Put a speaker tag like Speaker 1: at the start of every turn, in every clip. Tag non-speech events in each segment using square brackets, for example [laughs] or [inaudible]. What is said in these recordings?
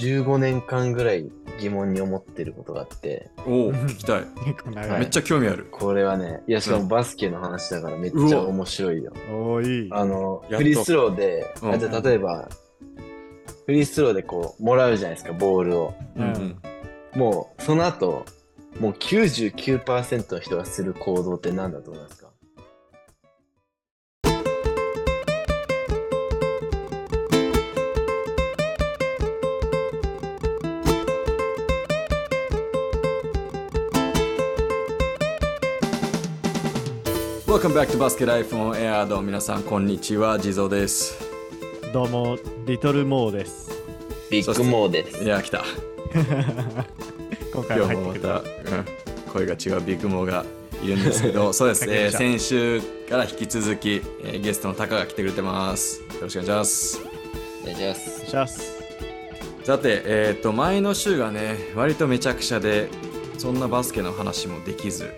Speaker 1: 15年間ぐらい疑問に思ってることがあって、
Speaker 2: おお、聞きたい。
Speaker 3: 結構長。
Speaker 1: はい
Speaker 2: めっちゃ興味ある。
Speaker 1: これはね、いや、しかもバスケの話だからめっちゃ面白いよ。
Speaker 3: おーいい。
Speaker 1: あの
Speaker 2: やっ、と
Speaker 1: フリースローで、
Speaker 2: うん
Speaker 1: あじゃあ例えば、フリースローでこう、もらうじゃないですか、ボールを。
Speaker 2: う
Speaker 3: うんん
Speaker 2: うん。
Speaker 1: もう、その後、もう99%の人がする行動って何だと思いますか
Speaker 2: Welcome back to Basket Life on Air どうも皆さん、こんにちは、地蔵です。
Speaker 3: どうも、リトルモーです。
Speaker 1: ビッグモーで
Speaker 2: い
Speaker 1: す。
Speaker 2: や、来た。
Speaker 3: 今回
Speaker 2: 今
Speaker 3: は
Speaker 2: 日
Speaker 3: 入
Speaker 2: も
Speaker 3: っ
Speaker 2: ま
Speaker 3: てく
Speaker 2: た、
Speaker 3: る。
Speaker 2: うん声が違うビッグモーがいるんですけど、そうですね、
Speaker 3: 叫びました
Speaker 2: 先週から引き続き、えーゲストのタカが来てくれてます。よろしくお願いします。
Speaker 1: お願いします。
Speaker 3: シャス。
Speaker 2: さて、えっ、と、前の週がね、割とめちゃくちゃで、そんなバスケの話もでき
Speaker 3: [laughs]
Speaker 2: ず、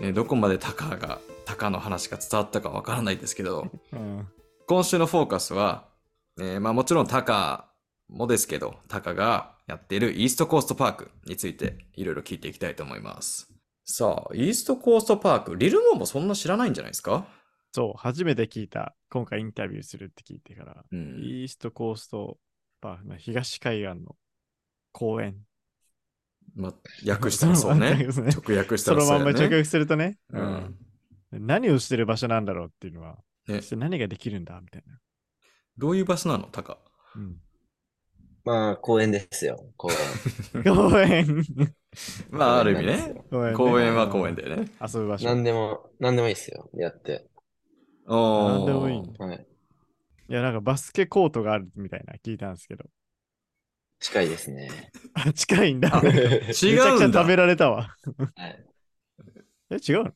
Speaker 2: ね、どこまでタカが、タカの話が伝わったかわからないですけど、
Speaker 3: うん。
Speaker 2: 今週のフォーカスは、えーまあもちろんタカもですけど、タカがやっているイーストコーストパークについていろいろ聞いていきたいと思います。さあ、イーストコーストパーク、リルモンもそんな知らないんじゃないですか
Speaker 3: そう、初めて聞いた。今回インタビューするって聞いてから。
Speaker 2: うん。
Speaker 3: イーストコーストパークの東海岸の公園。。
Speaker 2: まあ、訳したらそうね
Speaker 3: [laughs] そうね
Speaker 2: 直訳した
Speaker 3: そ
Speaker 2: ら
Speaker 3: の
Speaker 2: そう
Speaker 3: ま
Speaker 2: やね。
Speaker 3: んま直訳するとね。
Speaker 2: う。ん。
Speaker 3: 何をしてる場所なんだろうっていうのは、
Speaker 2: ね
Speaker 3: そして何ができるんだみたいな。
Speaker 2: どういう場所なのタカ。
Speaker 3: うん、
Speaker 1: まあ、公園ですよ、公園。
Speaker 3: 公園 [laughs]
Speaker 2: まあ、ある意味
Speaker 1: 公園なんです
Speaker 2: ね。
Speaker 1: よ。
Speaker 3: 公園ね
Speaker 2: 公園は公園だよね。
Speaker 3: 遊ぶ場所。
Speaker 1: 何でも、何でもいいですよ、やって。
Speaker 2: おー
Speaker 3: なんでもいいん
Speaker 1: はい。
Speaker 3: いや、なんかバスケコートがあるみたいな聞いたんですけど。
Speaker 1: 近いです
Speaker 2: [laughs]
Speaker 1: ね。
Speaker 3: あ、近いんだ。
Speaker 2: あ
Speaker 3: めち
Speaker 2: 違
Speaker 3: ゃく
Speaker 2: う
Speaker 3: ちゃ
Speaker 2: んだ
Speaker 3: 食。べられたわ。
Speaker 1: はい。
Speaker 3: え、違うの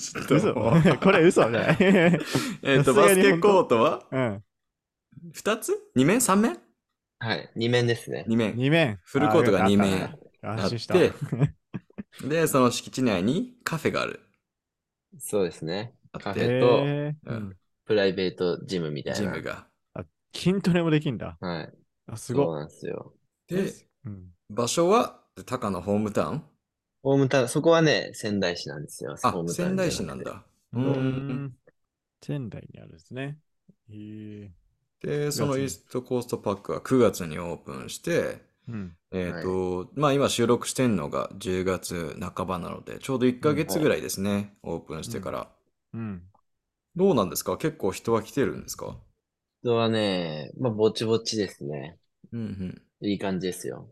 Speaker 2: ちょっと
Speaker 3: 嘘
Speaker 2: もう
Speaker 3: [laughs] これ嘘じゃない
Speaker 2: えっと、
Speaker 3: さ
Speaker 2: バ
Speaker 3: すが
Speaker 2: ス
Speaker 3: に
Speaker 2: ケコートは
Speaker 3: うん。
Speaker 2: 2つ ?2 面 ?3 面
Speaker 1: はい。二面ですね。
Speaker 2: ?2 面。
Speaker 3: 2面。
Speaker 2: フルコートが2
Speaker 3: あよか
Speaker 2: 面
Speaker 3: っ
Speaker 2: あ
Speaker 3: た
Speaker 2: っ
Speaker 3: 安
Speaker 2: て
Speaker 3: 心した。 [laughs] う、
Speaker 2: で、その敷地内にカフェがある。
Speaker 1: そうですね。
Speaker 2: あって
Speaker 1: カフ
Speaker 3: え
Speaker 1: ェと、
Speaker 2: う
Speaker 3: ー
Speaker 2: ん
Speaker 1: プライベートジムみたいな。
Speaker 2: ジムが。
Speaker 3: 筋トレもできんだ。
Speaker 1: はい。
Speaker 3: あ、す
Speaker 1: そう
Speaker 3: ごい。
Speaker 1: なんですよ。
Speaker 2: で、
Speaker 3: うん、
Speaker 2: 場所は、タカのホームタウン
Speaker 1: ホームタウン、そこはね、仙台市なんですよ。ホー
Speaker 2: あ、
Speaker 1: ムタウン
Speaker 2: 仙
Speaker 1: じゃく
Speaker 2: 台
Speaker 1: て
Speaker 2: 市なん。だ。う
Speaker 3: う
Speaker 2: ー
Speaker 3: ー
Speaker 2: ん。
Speaker 3: ん。仙台にあるんですね。へー
Speaker 2: で、そのイーストコーストパックは9月にオープンして、
Speaker 3: うん。
Speaker 2: えっと、まあ今収録してんのが10月半ばなので、ちょうど1ヶ月ぐらいですね、オープンしてから。
Speaker 3: うん。
Speaker 2: どうなんですか結構人は来てるんですか
Speaker 1: 人はね、まあ、ぼちぼちですね。
Speaker 2: うん
Speaker 1: いい感じですよ。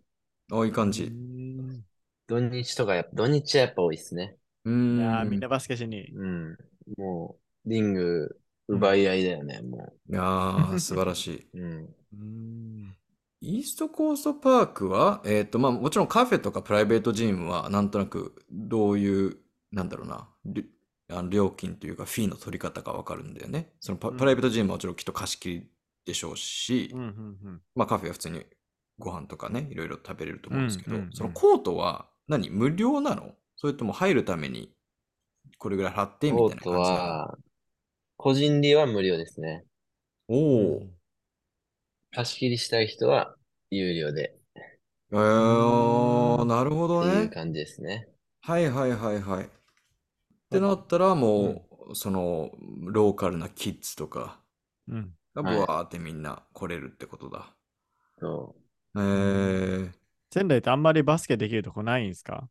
Speaker 2: うん。あ、いい感
Speaker 3: う
Speaker 2: じ。
Speaker 3: ん
Speaker 1: 土日とかやっぱ、土日はやっぱ多いですね。
Speaker 2: う
Speaker 3: い
Speaker 2: ん。
Speaker 3: やーみんなバスケしに。
Speaker 1: うん。もう、リング奪い合いだよね、も
Speaker 2: いやー素晴らしい。
Speaker 1: う。うん。
Speaker 3: うん。
Speaker 2: イーストコーストパークは、えっ、と、まあ、もちろんカフェとかプライベートジムは、なんとなく、どういう、なんだろうな、りあの料金というか、フィーの取り方がわかるんだよね。そのパ
Speaker 3: うん
Speaker 2: プライベートジムはもちろんきっと貸し切りでしょうし、
Speaker 3: うんうんうん。
Speaker 2: まあ、カフェは普通にご飯とかね、いろいろ食べれると思うんですけど、
Speaker 3: うんうんうん
Speaker 2: そのコートは何、無料なのそれとも入るために、これぐらい払ってみたい
Speaker 1: コ
Speaker 2: な
Speaker 1: ー
Speaker 2: 感じ
Speaker 1: ト
Speaker 2: なの
Speaker 1: は、個人利は無料ですね。
Speaker 2: おお、
Speaker 1: 貸し切りしたい人は、有料で、
Speaker 2: えー、なるほ
Speaker 1: って
Speaker 2: どね。
Speaker 1: いう感じですね。
Speaker 2: はいはいはいはい。ってなったらもう、そのローカルなキッズとか
Speaker 3: うん。
Speaker 2: がブ
Speaker 1: はい
Speaker 2: ワーってみんな来れるってことだ。
Speaker 1: そ
Speaker 2: へえ
Speaker 3: 仙台ってあんまりバスケできるとこないんですか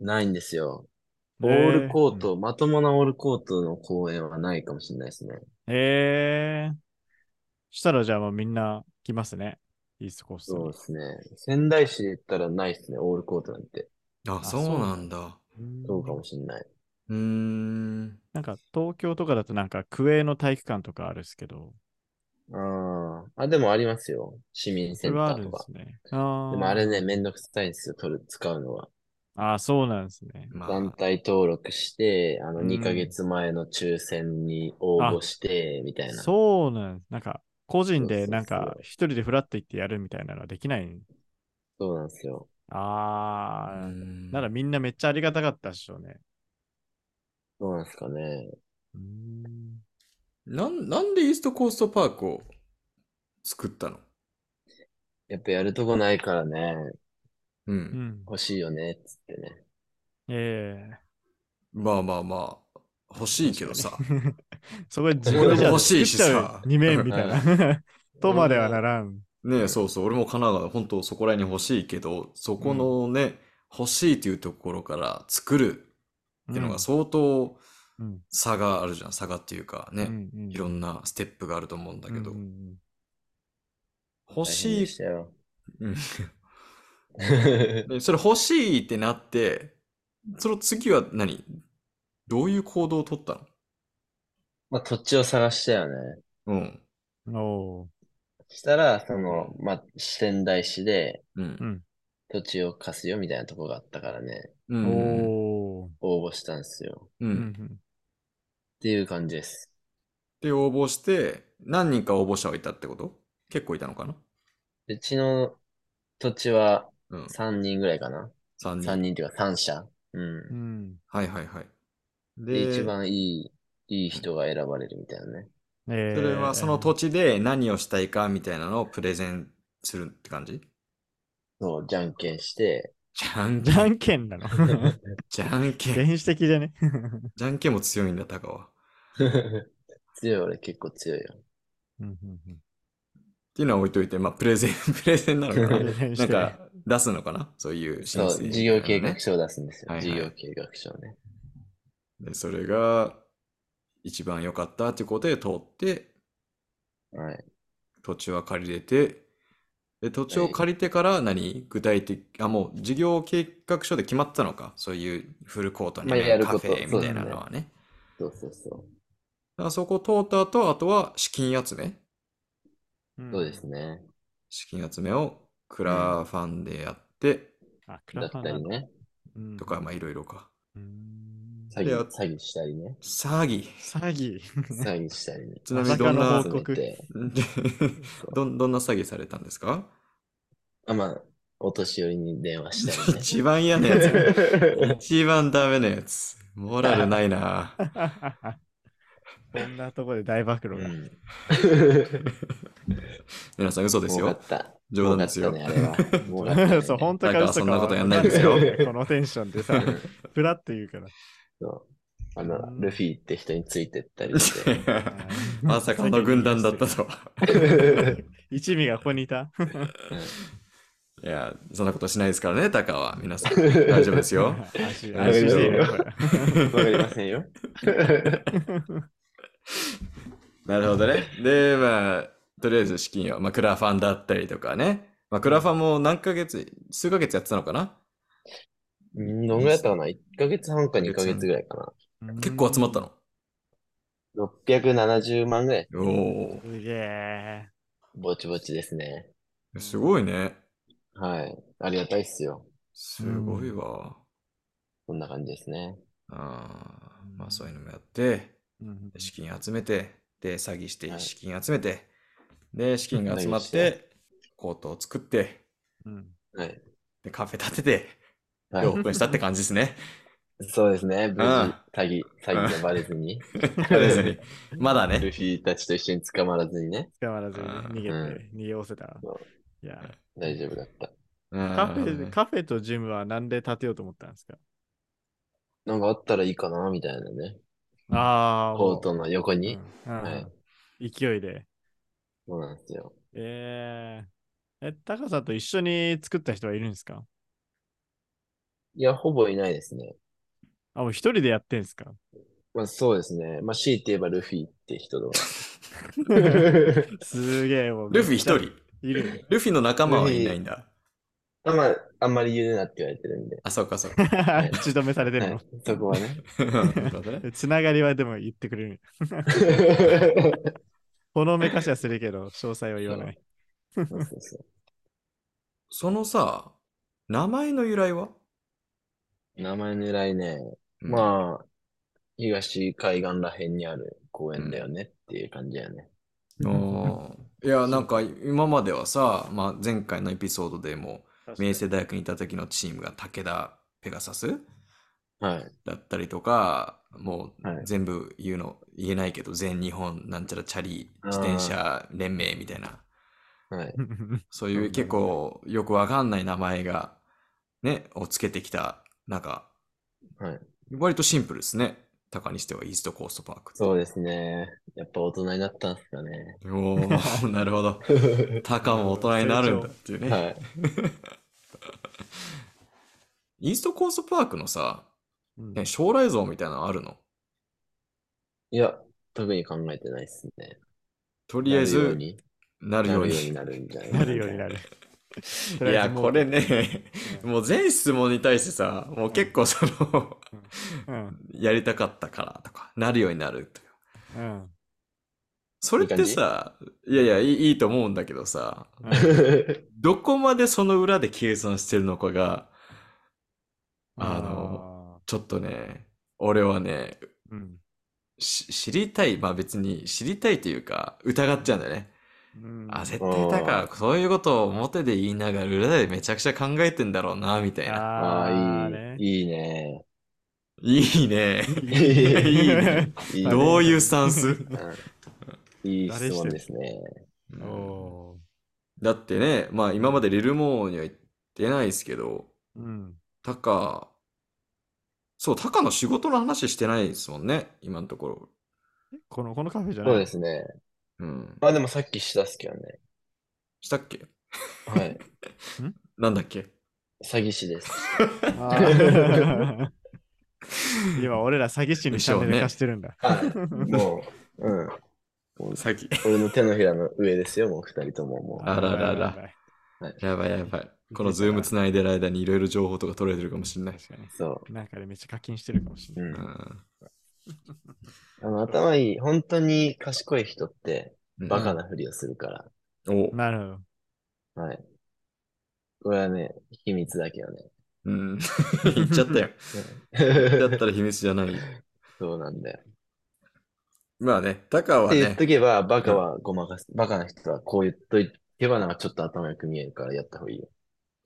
Speaker 1: う。ないんですよ。オ
Speaker 3: ね
Speaker 1: ールコート、まともなオールコートの公演はないかもしれないですね。
Speaker 3: へえー。したらじゃあもうみんな来ますね。イーストコースト
Speaker 1: そう
Speaker 3: に
Speaker 1: ですね。仙台市で言ったらないですね、オールコートなんて。
Speaker 2: あ、
Speaker 3: あ
Speaker 2: そうなんだ。
Speaker 3: うん
Speaker 1: そうかもしれない。
Speaker 2: うーん。
Speaker 3: なんか東京とかだとなんか区営の体育館とかあるんですけど、
Speaker 1: ああ。あ、でもありますよ。市民
Speaker 3: そ
Speaker 1: セン
Speaker 3: れ
Speaker 1: タ
Speaker 3: はあ
Speaker 1: ー
Speaker 3: る
Speaker 1: と
Speaker 3: んで
Speaker 1: か
Speaker 3: す。ね。あ
Speaker 1: でもあれね、めんどくさいんですよ、取る、使うのは。
Speaker 3: ああ、そうなんですね。
Speaker 2: ま
Speaker 1: 団
Speaker 2: あ、
Speaker 1: 体登録して、あの、
Speaker 3: うん
Speaker 1: 2ヶ月前の抽選に応募して、みたいな。
Speaker 3: そうなんです。なんか個人
Speaker 1: そうそう
Speaker 3: で
Speaker 1: そう
Speaker 3: なんか一人でフラッと行ってやるみたいなのはできない。
Speaker 1: そうなんですよ。
Speaker 3: あ
Speaker 2: う
Speaker 3: あ、
Speaker 2: ん
Speaker 3: ならみんなめっちゃありがたかったっしょうね。
Speaker 1: どうなんですかね。
Speaker 3: うん
Speaker 2: なん、なんでイーストコーストパークを作ったの
Speaker 1: やっぱやるとこないからね、
Speaker 2: う。
Speaker 3: うんん。
Speaker 1: 欲しいよね、つってね。
Speaker 3: ええ
Speaker 2: まあまあまあ、欲しいけどさ。
Speaker 3: [laughs] そこで自分でじゃあ
Speaker 2: 欲し
Speaker 3: 作
Speaker 2: い
Speaker 3: っ
Speaker 2: し
Speaker 3: ちゃ
Speaker 2: さ
Speaker 3: う2面みたい
Speaker 1: [laughs]
Speaker 3: な。 [laughs] とまではならん。
Speaker 2: ねえ、そうそう、俺も神奈川、本当そこら辺に欲しいけど、そこのね、欲しいっていうところから作るっていうのが相当
Speaker 3: うん
Speaker 2: 差があるじゃん。差がっていうかね、
Speaker 3: うん
Speaker 2: いろんなステップがあると思うんだけど、
Speaker 3: うんうん
Speaker 2: 欲しい
Speaker 1: 大変で、したよ。 [laughs]
Speaker 2: うん [laughs] ねそれ欲しいってなって、その次は何どういう行動を取った
Speaker 1: まあ、土地を探したよね。
Speaker 2: のうん。
Speaker 3: うんお
Speaker 1: したら、その、まあ、仙台市で
Speaker 2: うん。
Speaker 1: 土地を貸すよみたいなとこがあったからね、
Speaker 2: う
Speaker 3: ー
Speaker 2: ん。
Speaker 3: お
Speaker 1: 応募したんですよ。
Speaker 2: うん。
Speaker 3: ー。うん
Speaker 1: っていう感じです。
Speaker 2: で、応募して、何人か応募者はいたってこと結構いたのかな
Speaker 1: うちの土地は
Speaker 2: うん。
Speaker 1: 3人ぐらいかな。
Speaker 2: 3人。
Speaker 1: 3人っていうか3社。う。
Speaker 3: うんん。
Speaker 2: はいはいはい。
Speaker 1: で、
Speaker 2: で、
Speaker 1: 一番いい、いい人が選ばれるみたいなね。
Speaker 3: ええ
Speaker 2: それはその土地で何をしたいかみたいなのをプレゼンするって感じ
Speaker 1: そう、じゃんけんして、 [laughs]
Speaker 2: じゃんけ
Speaker 3: じゃ
Speaker 2: ん、
Speaker 3: んけ
Speaker 2: [laughs]
Speaker 3: んなの。原
Speaker 2: じゃんけん。
Speaker 3: 始的でね。
Speaker 2: じゃんけんも強いんだ、高は。っ
Speaker 1: 強い俺結構強いよ。
Speaker 3: うんうんうん
Speaker 2: ていうのは置いといて、まあ、プレゼン、 [laughs] プレゼンなのかな
Speaker 3: 練
Speaker 2: な
Speaker 3: 習
Speaker 2: んか、出すのかなそういう申
Speaker 1: そう、
Speaker 2: 請みた
Speaker 1: 事
Speaker 2: いな
Speaker 1: 業
Speaker 2: のね
Speaker 1: 計画書を出すんですよ。
Speaker 2: はいはい
Speaker 1: 事業計画書をね。
Speaker 2: で、それが、一番良かったっていうことで通って、
Speaker 1: はい。
Speaker 2: 土地は借りれて、で、土地を借りてから何具体的、あ、もう事業計画書で決まったのかそういうフルコートに、
Speaker 1: まあやる
Speaker 2: カ
Speaker 1: こ
Speaker 2: フ
Speaker 1: と
Speaker 2: ェみたいなのはね。
Speaker 1: そうそうそ
Speaker 2: だからそこ通った後、あとは資金集め。
Speaker 1: う。そうです。ね。
Speaker 2: 資金集めをクラファンでやって、
Speaker 3: あ、ク
Speaker 1: だ
Speaker 3: ラ
Speaker 1: っ
Speaker 3: ファ
Speaker 1: たり
Speaker 3: ン
Speaker 1: ね。
Speaker 3: なんだ
Speaker 2: とか、。まあいろいろか。
Speaker 3: うん
Speaker 1: 詐
Speaker 2: で
Speaker 1: 欺
Speaker 2: あ、
Speaker 1: 詐欺したりね。
Speaker 2: 詐欺。
Speaker 3: 詐
Speaker 2: [laughs]
Speaker 3: 欺。
Speaker 1: 詐欺したりね。
Speaker 2: ちなみ
Speaker 3: ま
Speaker 2: に
Speaker 3: さ
Speaker 2: ど
Speaker 3: か
Speaker 2: ん
Speaker 3: の
Speaker 2: な
Speaker 3: 報、告
Speaker 1: 集めて
Speaker 2: どんどんな詐欺されたんです
Speaker 3: [laughs]
Speaker 2: か
Speaker 1: あ、まあ、お年寄りに電話したりね。
Speaker 2: 一番嫌な
Speaker 3: [laughs]
Speaker 2: やつ。一番ダメなやつ。モラルないな。
Speaker 3: こんなとこで大暴露
Speaker 1: う
Speaker 3: が。
Speaker 1: ん
Speaker 2: 皆さん嘘です
Speaker 1: 儲かっ
Speaker 2: よ。
Speaker 1: た。
Speaker 2: 冗談ですよ。
Speaker 1: 儲か
Speaker 2: [laughs]
Speaker 1: ったね、あれは。儲かったね
Speaker 3: [laughs] そう、本当か嘘か
Speaker 2: なんかそんなことやんない。
Speaker 1: ですよ
Speaker 3: わかんないこのテンションでさ、フラって言うから。
Speaker 1: そうあの、ルフィって人についてったりして
Speaker 2: [laughs]
Speaker 3: うん
Speaker 2: [laughs] まさかの軍団だったと。
Speaker 3: [laughs] 一味がここにいた。
Speaker 2: いや、そんなことしないですからね、タカは。皆さん、大丈夫です
Speaker 3: [laughs]
Speaker 2: よ。
Speaker 3: 安心
Speaker 2: 安心していいよ
Speaker 3: これ
Speaker 1: わかりませんよ。
Speaker 2: なるほどね。で、まあ、とりあえず資金を、まあ、クラファンだったりとかね。まあ、クラファンも何ヶ月、数ヶ月やってたのかな
Speaker 1: うんどんぐらいだったかな ?1 ヶ月半か2ヶ月ぐらいか
Speaker 2: 結構集まったの。
Speaker 1: な。670万ぐらい、
Speaker 2: お
Speaker 3: すげえ。
Speaker 1: ぼちぼちですね。
Speaker 2: お、すごいね。
Speaker 1: はい。ありがたいっすよ。
Speaker 2: すごいわ。
Speaker 1: こんな感じですね。
Speaker 2: あーまあ、そういうのもやって、
Speaker 3: うん
Speaker 2: 資金集めて、で、詐欺して
Speaker 1: はい
Speaker 2: 資金集めて、で、資金が集まっ
Speaker 1: お願い
Speaker 2: て、コートを作って、
Speaker 3: うん
Speaker 1: はい。
Speaker 2: で、カフェ建てて、
Speaker 1: は
Speaker 2: で、
Speaker 1: い
Speaker 2: オープンしたって感じで
Speaker 1: [laughs]
Speaker 2: すね。
Speaker 1: そうですね。無事、
Speaker 2: うん
Speaker 1: 詐欺、詐欺がバレずに、
Speaker 2: 別にまだ
Speaker 1: ル
Speaker 2: ね。
Speaker 1: フィたちと一緒に捕まらずにね、
Speaker 3: 捕まらずに
Speaker 2: うん
Speaker 3: 逃げ
Speaker 1: う
Speaker 3: て、逃げおせたら
Speaker 1: そ。
Speaker 3: いや、
Speaker 1: 大丈夫だった。
Speaker 2: カ
Speaker 3: カフェ、カフェとジムはなんで建てようと思ったんですか
Speaker 1: なんかあったらいいかな、みたいなね。
Speaker 3: ああ、
Speaker 1: コートの横
Speaker 3: う
Speaker 1: に。
Speaker 3: んうん
Speaker 1: はい
Speaker 3: 勢いで。
Speaker 1: そうなんですよ。
Speaker 3: えー、え、タカさんと一緒に作った人はいるんですか
Speaker 1: いや、ほぼいないですね。
Speaker 3: あ、もう一人でやってんすか
Speaker 1: まあそうですね。まあ強いて言えばルフィって人とか。
Speaker 3: すげえ、もう。
Speaker 2: ルフィ一人。。
Speaker 3: いるね。
Speaker 2: ルフィの仲間はいないんだ。
Speaker 1: あまあ、あんまり言うなって言われてるんで。
Speaker 2: あ、そうかそう
Speaker 1: [laughs]
Speaker 2: か。
Speaker 3: [laughs] 口止めされてる
Speaker 1: はい
Speaker 3: の。、
Speaker 1: そこはね。
Speaker 2: なるほどね
Speaker 3: つながりはでも言ってくれる。ほのめかしはするけど、詳細は言わない。
Speaker 1: そうそうそ
Speaker 2: そのさ、名前の由来は
Speaker 1: う名前の由来ね、まあ、東海岸ら辺にある公園だよねっていう感じだよね。
Speaker 2: あーいや、なんか今まではさ、まあ、前回のエピソードでも、明星大学にいた時のチームが武田ペガサス
Speaker 1: はい。
Speaker 2: だったりとか、もう
Speaker 1: はい
Speaker 2: 全部言うの、言えないけど、全日本なんちゃらチャリ自転車連盟みたいな
Speaker 1: はい。
Speaker 2: そういう結構よくわかんない名前が、ね、をつけてきた中、
Speaker 1: はい
Speaker 2: 割とシンプルですね。タカにしてはイーストコーストパー
Speaker 1: [laughs]
Speaker 2: クって。
Speaker 1: そうですね。やっぱ大人になったんですか
Speaker 2: [laughs]
Speaker 1: ね。
Speaker 2: おーなるほど。タカも大人になるんだっていうね。
Speaker 1: はい。
Speaker 2: イーストコーストパークのさ、
Speaker 3: うん
Speaker 2: ね、将来像みたいなのあるの
Speaker 1: いや、特に考えてないですね。
Speaker 2: と
Speaker 1: と
Speaker 2: りあえず、
Speaker 1: に
Speaker 2: なる
Speaker 1: な
Speaker 2: よう
Speaker 1: るように
Speaker 2: に。
Speaker 1: なるんじゃないか
Speaker 3: なるようになる。
Speaker 2: いや、これね、
Speaker 3: うん。
Speaker 2: もう全質問に対してさ、もう結構その、
Speaker 3: うん。
Speaker 2: やりたかったからとか、なるようになるとか。
Speaker 3: うん。
Speaker 2: それってさ、いやいやいい、いいと思うんだけどさ、
Speaker 3: うん
Speaker 2: どこまでその裏で計算してるのかが、あの、ちょっとね、俺はね、
Speaker 3: あーうん。
Speaker 2: し知りたい、まあ別に知りたいというか、疑っちゃうんだよね。
Speaker 3: うん
Speaker 2: あ、絶対だから、そういうことを表で言いながら裏でめちゃくちゃ考えてんだろうな、みたいな。
Speaker 1: [laughs] あ
Speaker 3: あ
Speaker 1: あ
Speaker 3: ー
Speaker 1: ー、
Speaker 3: ね
Speaker 1: いい。いいね。
Speaker 2: いいね。
Speaker 1: い
Speaker 2: [laughs] いいね。
Speaker 1: いいね
Speaker 2: どういうスタンス
Speaker 1: うんいい質問ですね。
Speaker 3: [laughs] お
Speaker 2: だってね、まあ今までリルモーには行ってないですけど、
Speaker 3: ーうん。
Speaker 2: タカ、そう、タカの仕事の話してないですもんね、今のところ。
Speaker 3: この、このカフェじゃない
Speaker 1: そうですね。
Speaker 2: うん。
Speaker 1: まあでもさっきしたっすけどね。
Speaker 2: したっけ
Speaker 1: はい。
Speaker 2: なんだっけ
Speaker 1: 詐欺師
Speaker 2: [laughs]
Speaker 1: です。
Speaker 3: あー今、俺ら詐欺師にチャンネル化してるんだ。
Speaker 1: はい。もう、うん。
Speaker 2: [laughs] 詐欺。
Speaker 1: 俺の手のひらの上ですよ、もう二人とももう。
Speaker 2: あららら。やばいやばい。このズーム繋いでる間にいろいろ情報とか取れてるかもしれない。
Speaker 3: 確かに。
Speaker 1: そ
Speaker 3: なんかでめっちゃ課金してるかもしれ
Speaker 1: う。
Speaker 3: な
Speaker 1: う。
Speaker 3: い。
Speaker 2: うんん。
Speaker 1: あの、頭いい、本当に賢い人って、バカ
Speaker 2: な。
Speaker 1: なふりをするから。
Speaker 2: お
Speaker 3: なるほど。
Speaker 1: はい。これはね、秘密だけどね。 [laughs]
Speaker 2: うん。言っちゃったよ。だったら秘密じゃない。
Speaker 1: そうなんだよ。
Speaker 2: まあね、タカ
Speaker 1: っ
Speaker 2: は
Speaker 1: て言っ
Speaker 2: ね
Speaker 1: と、けば、バカはごまかす。バカな人はこう言っといけば、なんかちょっと頭よく見えるからやった方がいいよ。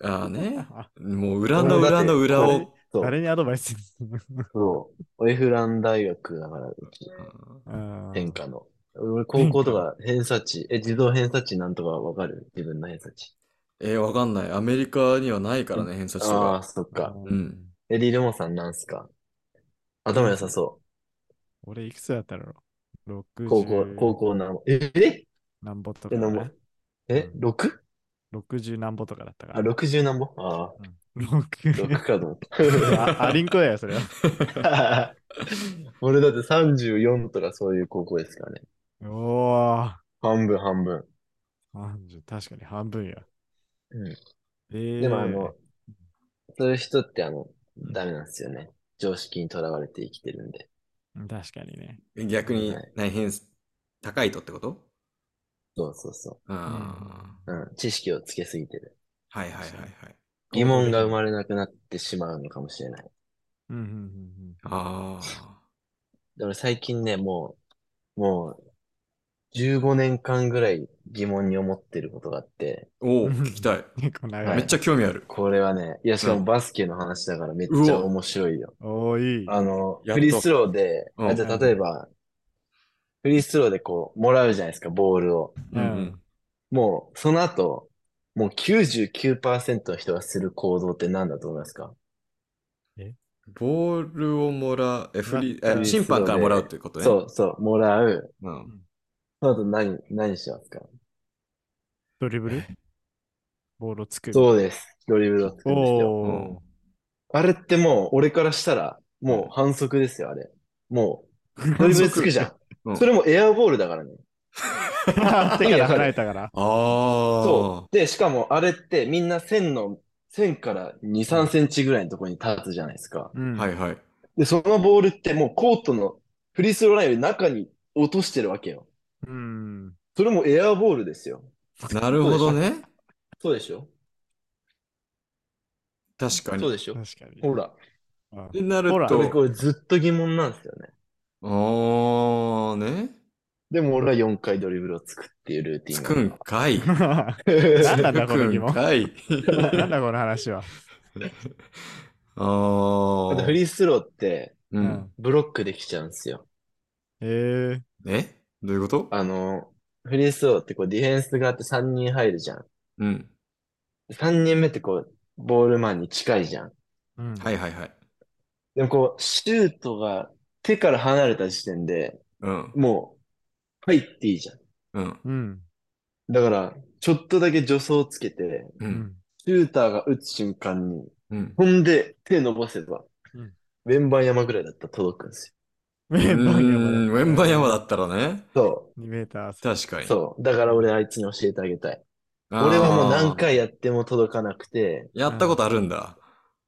Speaker 2: ああね、
Speaker 3: あ
Speaker 2: もう裏の裏の裏
Speaker 1: 俺だ
Speaker 2: を。
Speaker 1: そう。
Speaker 3: 誰にアドバイス
Speaker 1: そう。俺フラン大学だから、うち、
Speaker 3: うん
Speaker 1: 変化の。俺、高校とか偏差値、え、自動偏差値なんとかわかる自分の偏差値。
Speaker 2: えー、わかんない。アメリカにはないからね、偏差値と
Speaker 1: ああ、
Speaker 2: か。
Speaker 1: そっか。
Speaker 3: う
Speaker 2: うんん。
Speaker 1: え、リルモさんなんすか頭良さそ
Speaker 3: 俺いくつだったろう
Speaker 1: う。
Speaker 3: ?60
Speaker 1: 高校、高校なの。え、え
Speaker 3: なんぼとか
Speaker 1: え、
Speaker 3: だ
Speaker 1: なんぼ
Speaker 3: ね。
Speaker 1: え、6?
Speaker 3: 60なんぼとかだったか
Speaker 1: あ、
Speaker 3: ら。
Speaker 1: 60なんぼあ
Speaker 3: うん
Speaker 1: あ、6
Speaker 3: 6。
Speaker 1: かと思っ
Speaker 3: あアリンコだよ、それは。 [laughs]
Speaker 1: た。俺だって34とかそういう高校ですからね。
Speaker 3: おー。
Speaker 1: 半分半分。
Speaker 3: 30確かに半分や。
Speaker 1: うん
Speaker 3: えー、
Speaker 1: でもあの、そういう人ってあの、ダメなんですよね。常識にとらわれて生きてるんで。
Speaker 3: 確かにね。
Speaker 2: 逆に
Speaker 1: はい、
Speaker 2: 何偏差高いとってこと
Speaker 1: そうそうそ
Speaker 2: うん。
Speaker 1: う。うん。知識をつけすぎてる。
Speaker 2: はいはいはい
Speaker 3: そう
Speaker 2: はい。
Speaker 1: 疑問が生まれなくなってしまうのかもしれない。
Speaker 3: うんうんうん
Speaker 2: ああ。
Speaker 1: で俺最近ね、もう、もう、15年間ぐらい疑問に思ってることがあって、
Speaker 2: おお、聞きたい。
Speaker 3: うん。結構長い。
Speaker 2: めっちゃ興味ある。
Speaker 1: これはね、いや、しか
Speaker 2: う
Speaker 1: も
Speaker 2: ん
Speaker 1: バスケの話だからめっ
Speaker 2: う
Speaker 1: ちゃ
Speaker 2: お
Speaker 1: 面白いよ。
Speaker 3: おーいい。
Speaker 1: あの、
Speaker 2: やっ
Speaker 1: フ
Speaker 2: と
Speaker 1: リースローで、
Speaker 2: うん
Speaker 1: あじゃあ例えば、フリースローでこう、もらうじゃないですか、ボールを。
Speaker 3: うん
Speaker 1: もう、その後、もう99%の人がする行動って何だと思いますか
Speaker 2: ボールをもらう、え、フリ
Speaker 1: フリ
Speaker 2: ー、え
Speaker 1: ー
Speaker 2: 審判からもらうっていうことね。
Speaker 1: そうそう、もらう。
Speaker 2: う。ん。
Speaker 1: その後何、何しますか
Speaker 3: ドリブルボールをつく。う。
Speaker 1: そうです。ドリブルを作るんですよ。
Speaker 3: おー。
Speaker 1: あれってもう、俺からしたら、もう反則ですよ、あれ。も
Speaker 2: [laughs]
Speaker 1: う、ドリブルつくじゃ。
Speaker 2: うんん
Speaker 1: それもエアボールだからね。
Speaker 3: [laughs] 手から離れたから。
Speaker 2: ああ。
Speaker 1: そう。で、しかもあれってみんな線の、線から2、3センチぐらいのところに立つじゃないですか。
Speaker 3: うん。
Speaker 2: はいはい。
Speaker 1: で、そのボールってもうコートのフリースローラインより中に落としてるわけよ。
Speaker 3: うん。
Speaker 1: それもエアボールですよ。
Speaker 2: なるほどね。
Speaker 1: そうでしょ
Speaker 2: 確か
Speaker 1: そう
Speaker 2: に。
Speaker 1: でしょ
Speaker 3: 確かに。
Speaker 1: ほら。
Speaker 3: うん。
Speaker 2: でなる
Speaker 3: ほら
Speaker 1: 俺
Speaker 2: と、
Speaker 1: これずっと疑問なんですよね。
Speaker 2: ああ、ね。
Speaker 1: でも俺は4回ドリブルをつくっていうルーティンな
Speaker 2: つくんかい。
Speaker 3: 何なんだこの
Speaker 2: つ
Speaker 3: 疑
Speaker 2: くん
Speaker 3: 問。
Speaker 2: かい。
Speaker 3: [laughs] なんだこの話は。
Speaker 1: [laughs]
Speaker 2: あ
Speaker 1: あと
Speaker 2: あ
Speaker 1: フ。リースローって
Speaker 2: う。。
Speaker 3: うん
Speaker 1: ブロックできちゃうんですよ。
Speaker 3: えー。
Speaker 2: えどういうこと
Speaker 1: あの、フリースローってこうディフェンスがあって3人入るじゃん。
Speaker 2: うん。
Speaker 1: 3人目ってこう、ボールマンに近いじゃん。
Speaker 3: うん。。
Speaker 2: はいいはいはい。
Speaker 1: でもこう、シュートが手から離れた時点で
Speaker 2: うん。
Speaker 1: もう、入っていいじゃん。
Speaker 2: うん。
Speaker 3: うん。
Speaker 1: だから、ちょっとだけ助走をつけて、
Speaker 2: う。
Speaker 3: うんん。
Speaker 1: シューターが打つ瞬間に、 [laughs]
Speaker 2: うん。
Speaker 1: ほんで手伸ばせば
Speaker 3: うん、
Speaker 1: メンバー山ぐらいだったら届くんです
Speaker 3: メ
Speaker 2: う
Speaker 3: ン [laughs] バー
Speaker 2: んウェンバンヤマだったらね。
Speaker 1: よ。そ
Speaker 3: 2メーター。
Speaker 2: 確か
Speaker 1: う、
Speaker 2: に。
Speaker 1: そう。だから俺あいつに教えてあげたい。
Speaker 2: あー
Speaker 1: 俺はもう何回やっても届かなくて、
Speaker 2: やったことあるんだ。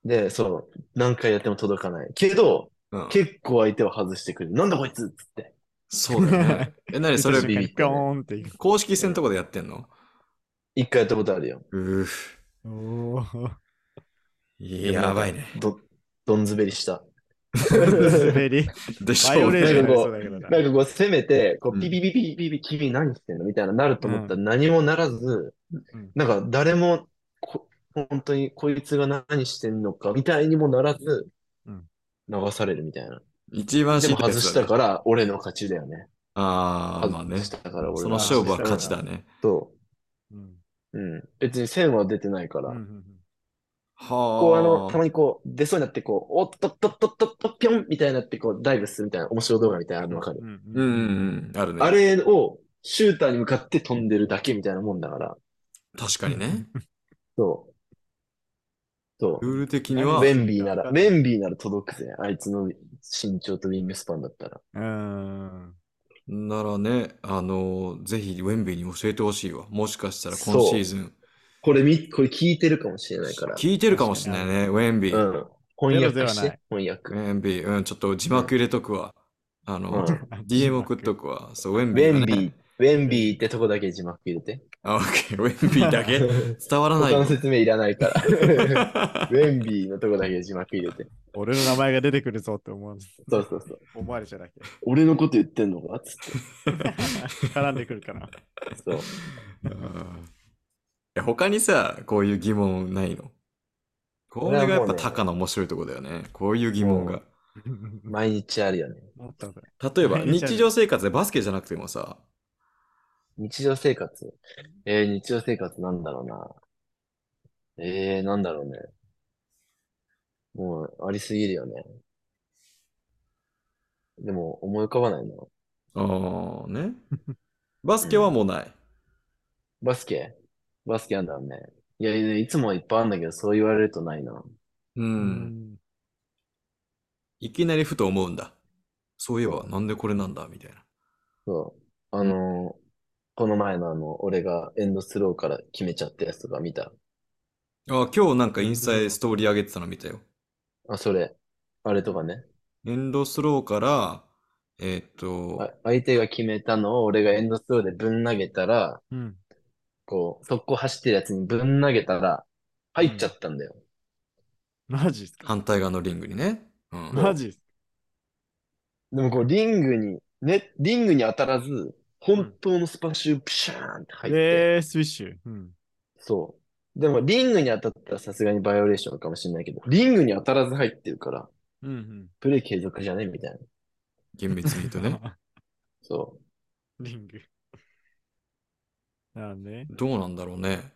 Speaker 1: で、そう、何回やっても届かない。けど、
Speaker 2: うん。
Speaker 1: 結構相手を外してくる。なんだこいつっつって。
Speaker 2: そうだよね。え、なにそれ
Speaker 1: ビビって
Speaker 3: ピョーンってい
Speaker 2: 公式戦のとこでやってんの
Speaker 1: 一回やったことあるよ。
Speaker 2: うー
Speaker 3: う。おー。
Speaker 2: やばいね。
Speaker 1: ど、どんずべりした。
Speaker 3: 滑り。
Speaker 2: でし
Speaker 3: バイ
Speaker 2: ょ
Speaker 3: オ
Speaker 2: う
Speaker 3: レーション
Speaker 2: ね
Speaker 3: に。なりそうだけどな。
Speaker 1: なんかこう攻めて、こ
Speaker 2: う
Speaker 1: う、
Speaker 2: ん
Speaker 1: ピピピピピピ、君何してんのみたいななると思ったら何もならず、
Speaker 3: うん
Speaker 1: なんか誰もこ、本当にこいつが何してんのかみたいにもならず、
Speaker 3: うん
Speaker 1: 流されるみたいな。
Speaker 2: 一番
Speaker 1: で
Speaker 2: 知
Speaker 1: も
Speaker 2: ってる
Speaker 1: 外したから俺の勝ちだよね。
Speaker 2: ああ、まあね
Speaker 1: 外。したから俺
Speaker 2: その
Speaker 1: の
Speaker 2: 勝負は勝ちだ
Speaker 1: ね。
Speaker 2: ね。
Speaker 1: そ
Speaker 3: うん。
Speaker 1: う。うん。別に線は出てないから。
Speaker 3: うん
Speaker 2: はあ。
Speaker 1: こうあの、たまにこう、出そうになってこう、おっとっとっとっとっと、ぴょんみたいになってこう、ダイブするみたいな面白い動画みたいなのわかる。
Speaker 3: うん
Speaker 2: うんうんうん。
Speaker 3: ん。
Speaker 2: あるね。
Speaker 1: あれをシューターに向かって飛んでるだけみたいなもんだから。
Speaker 2: 確かにね。
Speaker 1: そう。そう。
Speaker 2: ルール的に
Speaker 1: ウ
Speaker 2: は、
Speaker 1: ェンビーなら、ウェンビーなら届くぜ。あいつの身長とウィングスパンだったら。
Speaker 3: うん。
Speaker 2: ならね、あの、ぜひウェンビーに教えてほしいわ。もしかしたら
Speaker 1: そ
Speaker 2: 今
Speaker 1: う
Speaker 2: シーズン、
Speaker 1: これみ、これ聞いてるかもしれないから。
Speaker 2: 聞いてるかもしれないね、ウェンビ
Speaker 1: う
Speaker 2: ー。
Speaker 1: ん。翻
Speaker 3: ゼロ
Speaker 1: 訳
Speaker 3: では
Speaker 1: し
Speaker 3: ない
Speaker 1: て、翻訳
Speaker 2: ウ。ェンビー、うん、ちょっと字幕入れとくわ。あの、
Speaker 1: うん
Speaker 2: DM 送っとくわ。そう、ウェ
Speaker 1: ウ
Speaker 2: ンビー
Speaker 1: ェ
Speaker 2: が
Speaker 1: ン
Speaker 2: ね。
Speaker 1: ビー、ウェンビーってとこだけ字幕入れて。
Speaker 2: あ、オッケー、ウェンビーだけ
Speaker 1: [laughs]
Speaker 2: 伝わらな
Speaker 1: 他
Speaker 2: いよ
Speaker 1: の。説明いらないから。 [laughs] ウェンビーのとこだけ字幕入れて。
Speaker 3: 俺の名前が出てくるぞって思う
Speaker 1: そうそうそう。
Speaker 3: 思われちゃうだけ。
Speaker 1: 俺のこと言ってんのかつって。
Speaker 3: 絡んでくるから。
Speaker 1: そう。
Speaker 2: [laughs] うんえ他にさ、こういう疑問ないのこれがやっぱタカの面白いとこだよね。こういう疑問が。
Speaker 1: 毎日あるよね。
Speaker 3: 思ったんだ
Speaker 2: 例えば、
Speaker 3: 毎日ある
Speaker 2: 日常生活でバスケじゃなくてもさ、
Speaker 1: 日常生活。えー、日常生活なんだろうな。えー、なんだろうね。もう、ありすぎるよね。でも、思い浮かばないな。
Speaker 2: あー
Speaker 1: [laughs]
Speaker 2: ね。バスケはもうない。
Speaker 1: バスケバスケなんだろうね。いや、いやいつもはいっぱいあるんだけど、そう言われるとないな。
Speaker 2: う。。
Speaker 3: うん
Speaker 2: いきなりふと思うんだ。そういえば、なんでこれなんだみたいな。
Speaker 1: そう。あのーこの前のあの、俺がエンドスローから決めちゃったやつとか見た。
Speaker 2: あー、今日なんかインスタでストーリー上げてたの見たよ。
Speaker 1: あ、それ。あれとかね。
Speaker 2: エンドスローから、えーっと、
Speaker 1: あ相手が決めたのを俺がエンドスローでぶん投げたら、
Speaker 3: うん。
Speaker 1: こう、速攻走ってるやつにぶん投げたら、入っちゃったんだよ。
Speaker 3: マジっすか
Speaker 2: 反対側のリングにね。うん。
Speaker 3: マジっすか
Speaker 1: でもこう、リングに、ね、リングに当たらず、本当のスパシュー、プシャーンって入って、
Speaker 3: えー、スウィッシュ。うん。
Speaker 1: そう。でも、リングに当たったらさすがにバイオレーションかもしれないけど、リングに当たらず入ってるから、
Speaker 3: うんうん。
Speaker 1: プレイ継続じゃねみたいな。
Speaker 2: 厳密に言うと
Speaker 1: [laughs]
Speaker 2: ね。
Speaker 1: そ
Speaker 3: リング。なんで
Speaker 2: どうなんだろ
Speaker 1: [laughs]
Speaker 2: うね。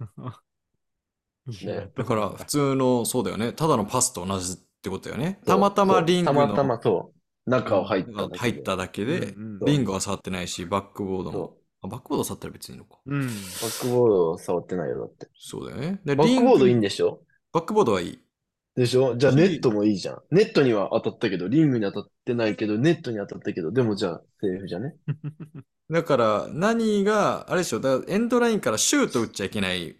Speaker 3: いや
Speaker 1: ね
Speaker 2: だから普通の、そうだよね。ただのパスと同じってことだよね
Speaker 1: う。。
Speaker 2: たまたま
Speaker 1: そう
Speaker 2: リング
Speaker 1: た
Speaker 2: の
Speaker 1: またまそう。中を入ったんだけど。
Speaker 2: 入っただけで
Speaker 3: う、ん
Speaker 2: リングは触ってないし、バックボードも。
Speaker 1: そ
Speaker 2: あバックボード触ったら別にいいのか。
Speaker 3: うん。
Speaker 1: う。バックボード触ってないよ、だって。
Speaker 2: そうだよね。で
Speaker 1: バックボードいいん
Speaker 2: リング
Speaker 1: でしょ
Speaker 2: バックボードはいい。
Speaker 1: でしょじゃあ
Speaker 2: いい
Speaker 1: ネットもいいじゃん。ネットには当たったけど、リングに当たってないけど、ネットに当たったけど、でもじゃあセーフじゃね
Speaker 2: だから、何が、あれでしょ、だからエンドラインからシュート打っちゃいけない。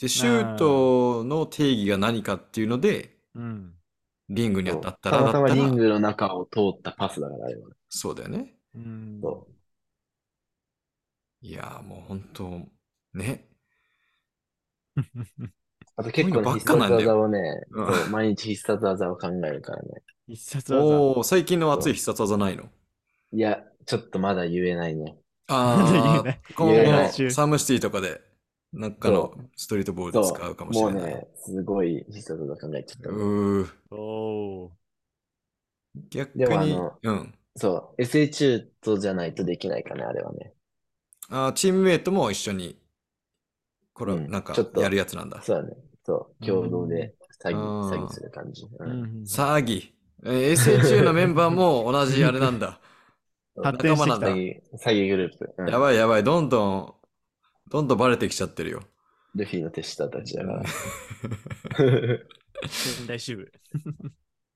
Speaker 2: で、シュートの定義が何かっていうので、
Speaker 3: うん。
Speaker 2: リングに当たった
Speaker 1: そ
Speaker 2: ら
Speaker 1: う
Speaker 2: だ
Speaker 1: ま
Speaker 2: ったた
Speaker 1: まリン
Speaker 2: ら、
Speaker 1: グの中を通ったパスだから、あれは。
Speaker 2: そうだよね。
Speaker 3: うん。
Speaker 1: そ
Speaker 2: いやーもう本当、ね。
Speaker 1: うあと結構ね、
Speaker 2: こういうのばっ
Speaker 1: 必
Speaker 2: か
Speaker 1: 殺
Speaker 2: なんだよ
Speaker 1: 技をね、
Speaker 2: うん
Speaker 1: そう毎日必殺技を考えるからね。
Speaker 3: 一冊技。
Speaker 2: おー、最近の熱い必殺技ないの
Speaker 1: いや、ちょっとまだ言えないね。
Speaker 2: あ
Speaker 3: 言えない
Speaker 2: あ、今
Speaker 1: [laughs]
Speaker 2: 後
Speaker 1: 言えない
Speaker 2: のサムシティとかで、なんかの
Speaker 1: そ
Speaker 2: ストリートボール
Speaker 1: そ
Speaker 2: で
Speaker 1: う
Speaker 2: 使うかもし
Speaker 1: も
Speaker 2: れ
Speaker 1: う
Speaker 2: ない。
Speaker 1: ね、すごい必殺技考えちゃったね。
Speaker 2: うー
Speaker 3: おー。
Speaker 2: 逆
Speaker 1: でもあ
Speaker 2: に
Speaker 1: の、
Speaker 2: うん。
Speaker 1: そう、SH シュートじゃないとできないかな、あれはね。
Speaker 2: あーチームメイトも一緒に、これ、
Speaker 1: うん
Speaker 2: なんか
Speaker 1: ちょっ、と
Speaker 2: やるやつなんだ。
Speaker 1: そうだね。そう。共同で詐欺、
Speaker 2: うん
Speaker 1: 詐欺する感じ。う。
Speaker 3: うんん
Speaker 2: 騒ぎ。えー SHU のメンバーも同じあれなんだ。
Speaker 3: 発展してき
Speaker 2: 仲間
Speaker 1: 詐
Speaker 3: た
Speaker 2: な。ん
Speaker 1: 欺、詐欺グループ。うん
Speaker 2: やばいやばい、どんどん、どんどんバレてきちゃってるよ。
Speaker 1: ルフィの手下たちだから。 [laughs]
Speaker 3: 大丈夫。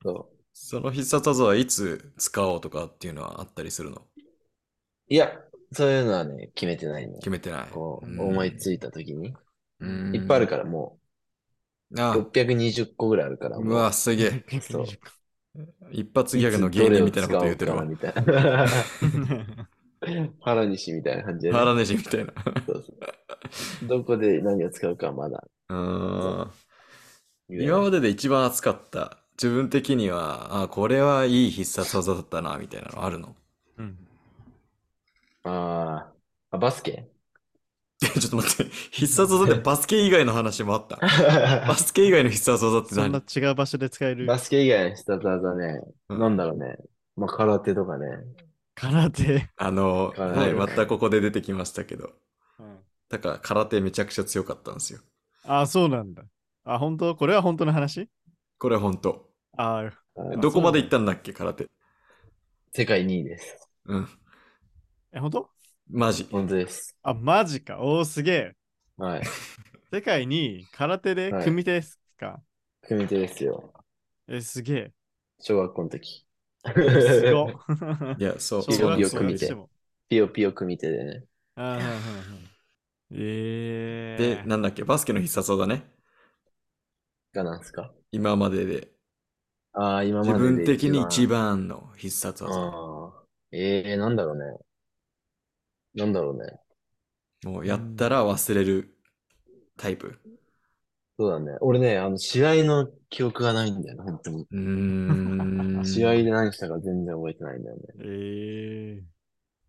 Speaker 1: そう。
Speaker 2: その必殺技はいつ使おうとかっていうのはあったりするの
Speaker 1: いや、そういうのはね、決めてないね。
Speaker 2: 決めてない。
Speaker 1: こ
Speaker 2: うん
Speaker 1: う、思いついたときに。
Speaker 2: うん
Speaker 1: いっぱいあるから、もう、
Speaker 2: あ、
Speaker 1: 620個ぐらいあるから、
Speaker 2: う
Speaker 1: も
Speaker 2: わ、すげえ。
Speaker 1: そう
Speaker 2: 一発ギャグの芸
Speaker 1: どれ
Speaker 2: 人
Speaker 1: を
Speaker 2: みたいなこと言ってるわ。
Speaker 1: 使おうかなみたいな。原西みたいな感じで、
Speaker 2: 原ネジみたいな。 [laughs]
Speaker 1: そうそうどこで何を使うかはまだ
Speaker 2: うーん
Speaker 1: 言えない
Speaker 2: 今までで一番熱かった。自分的には、あ、これはいい必殺技だったな、みたいなのあるの
Speaker 3: [laughs]
Speaker 2: [laughs]
Speaker 3: うん
Speaker 1: あーあ、バスケ
Speaker 2: ちょっと待って、必殺技ってバスケ以外の話も
Speaker 1: [laughs]
Speaker 2: あった。バスケ以外の必殺技って
Speaker 3: [laughs] そんな
Speaker 2: 何
Speaker 3: 違う場所で使える
Speaker 1: バスケ以外の必殺技ね、
Speaker 2: うん
Speaker 1: なんだろうね。まあ、空手とかね。
Speaker 3: 空手。
Speaker 2: あの、
Speaker 1: はい
Speaker 2: はい、またここで出てきましたけど。
Speaker 3: うん
Speaker 2: だから空手めちゃくちゃ強かったんですよ。
Speaker 3: あ、そうなんだ。あ、本当これは本当の話
Speaker 2: これ本当。
Speaker 3: あー
Speaker 1: あ
Speaker 3: え
Speaker 1: ー
Speaker 2: どこまで行ったんだっけ、空手。
Speaker 1: 世界2位です。
Speaker 2: うん。
Speaker 3: え、本当
Speaker 2: マジ。
Speaker 1: 本当です。
Speaker 3: あ、マジか。おー、すげえ。
Speaker 1: はい。
Speaker 3: 世界に空手で
Speaker 1: はい
Speaker 3: 組手ですか。
Speaker 1: 組手ですよ。
Speaker 3: え、すげ [laughs] え。
Speaker 1: 小学校の時。
Speaker 3: すごっ。
Speaker 2: いや、そう。
Speaker 1: いい
Speaker 3: 小
Speaker 1: よいい
Speaker 3: 学
Speaker 1: よ
Speaker 3: 生に
Speaker 1: 組手
Speaker 3: しても。
Speaker 1: ピヨピヨ組手でね。
Speaker 3: あーはいはいはいええ
Speaker 2: で、なんだっけ、バスケの必殺技ね。
Speaker 1: がなんすか。
Speaker 2: 今までで。
Speaker 1: ああ、今まで
Speaker 2: 自
Speaker 1: で
Speaker 2: 分的に一番の必殺技。
Speaker 1: ああ。ええー、なんだろうね。なんだろうね。
Speaker 2: もうやったら忘れるタイプ。
Speaker 1: そうだね。俺ね、あの、試合の記憶がないんだよね、本当に。
Speaker 2: うーん。
Speaker 1: [laughs] 試合で何したか全然覚えてないんだよね。
Speaker 3: え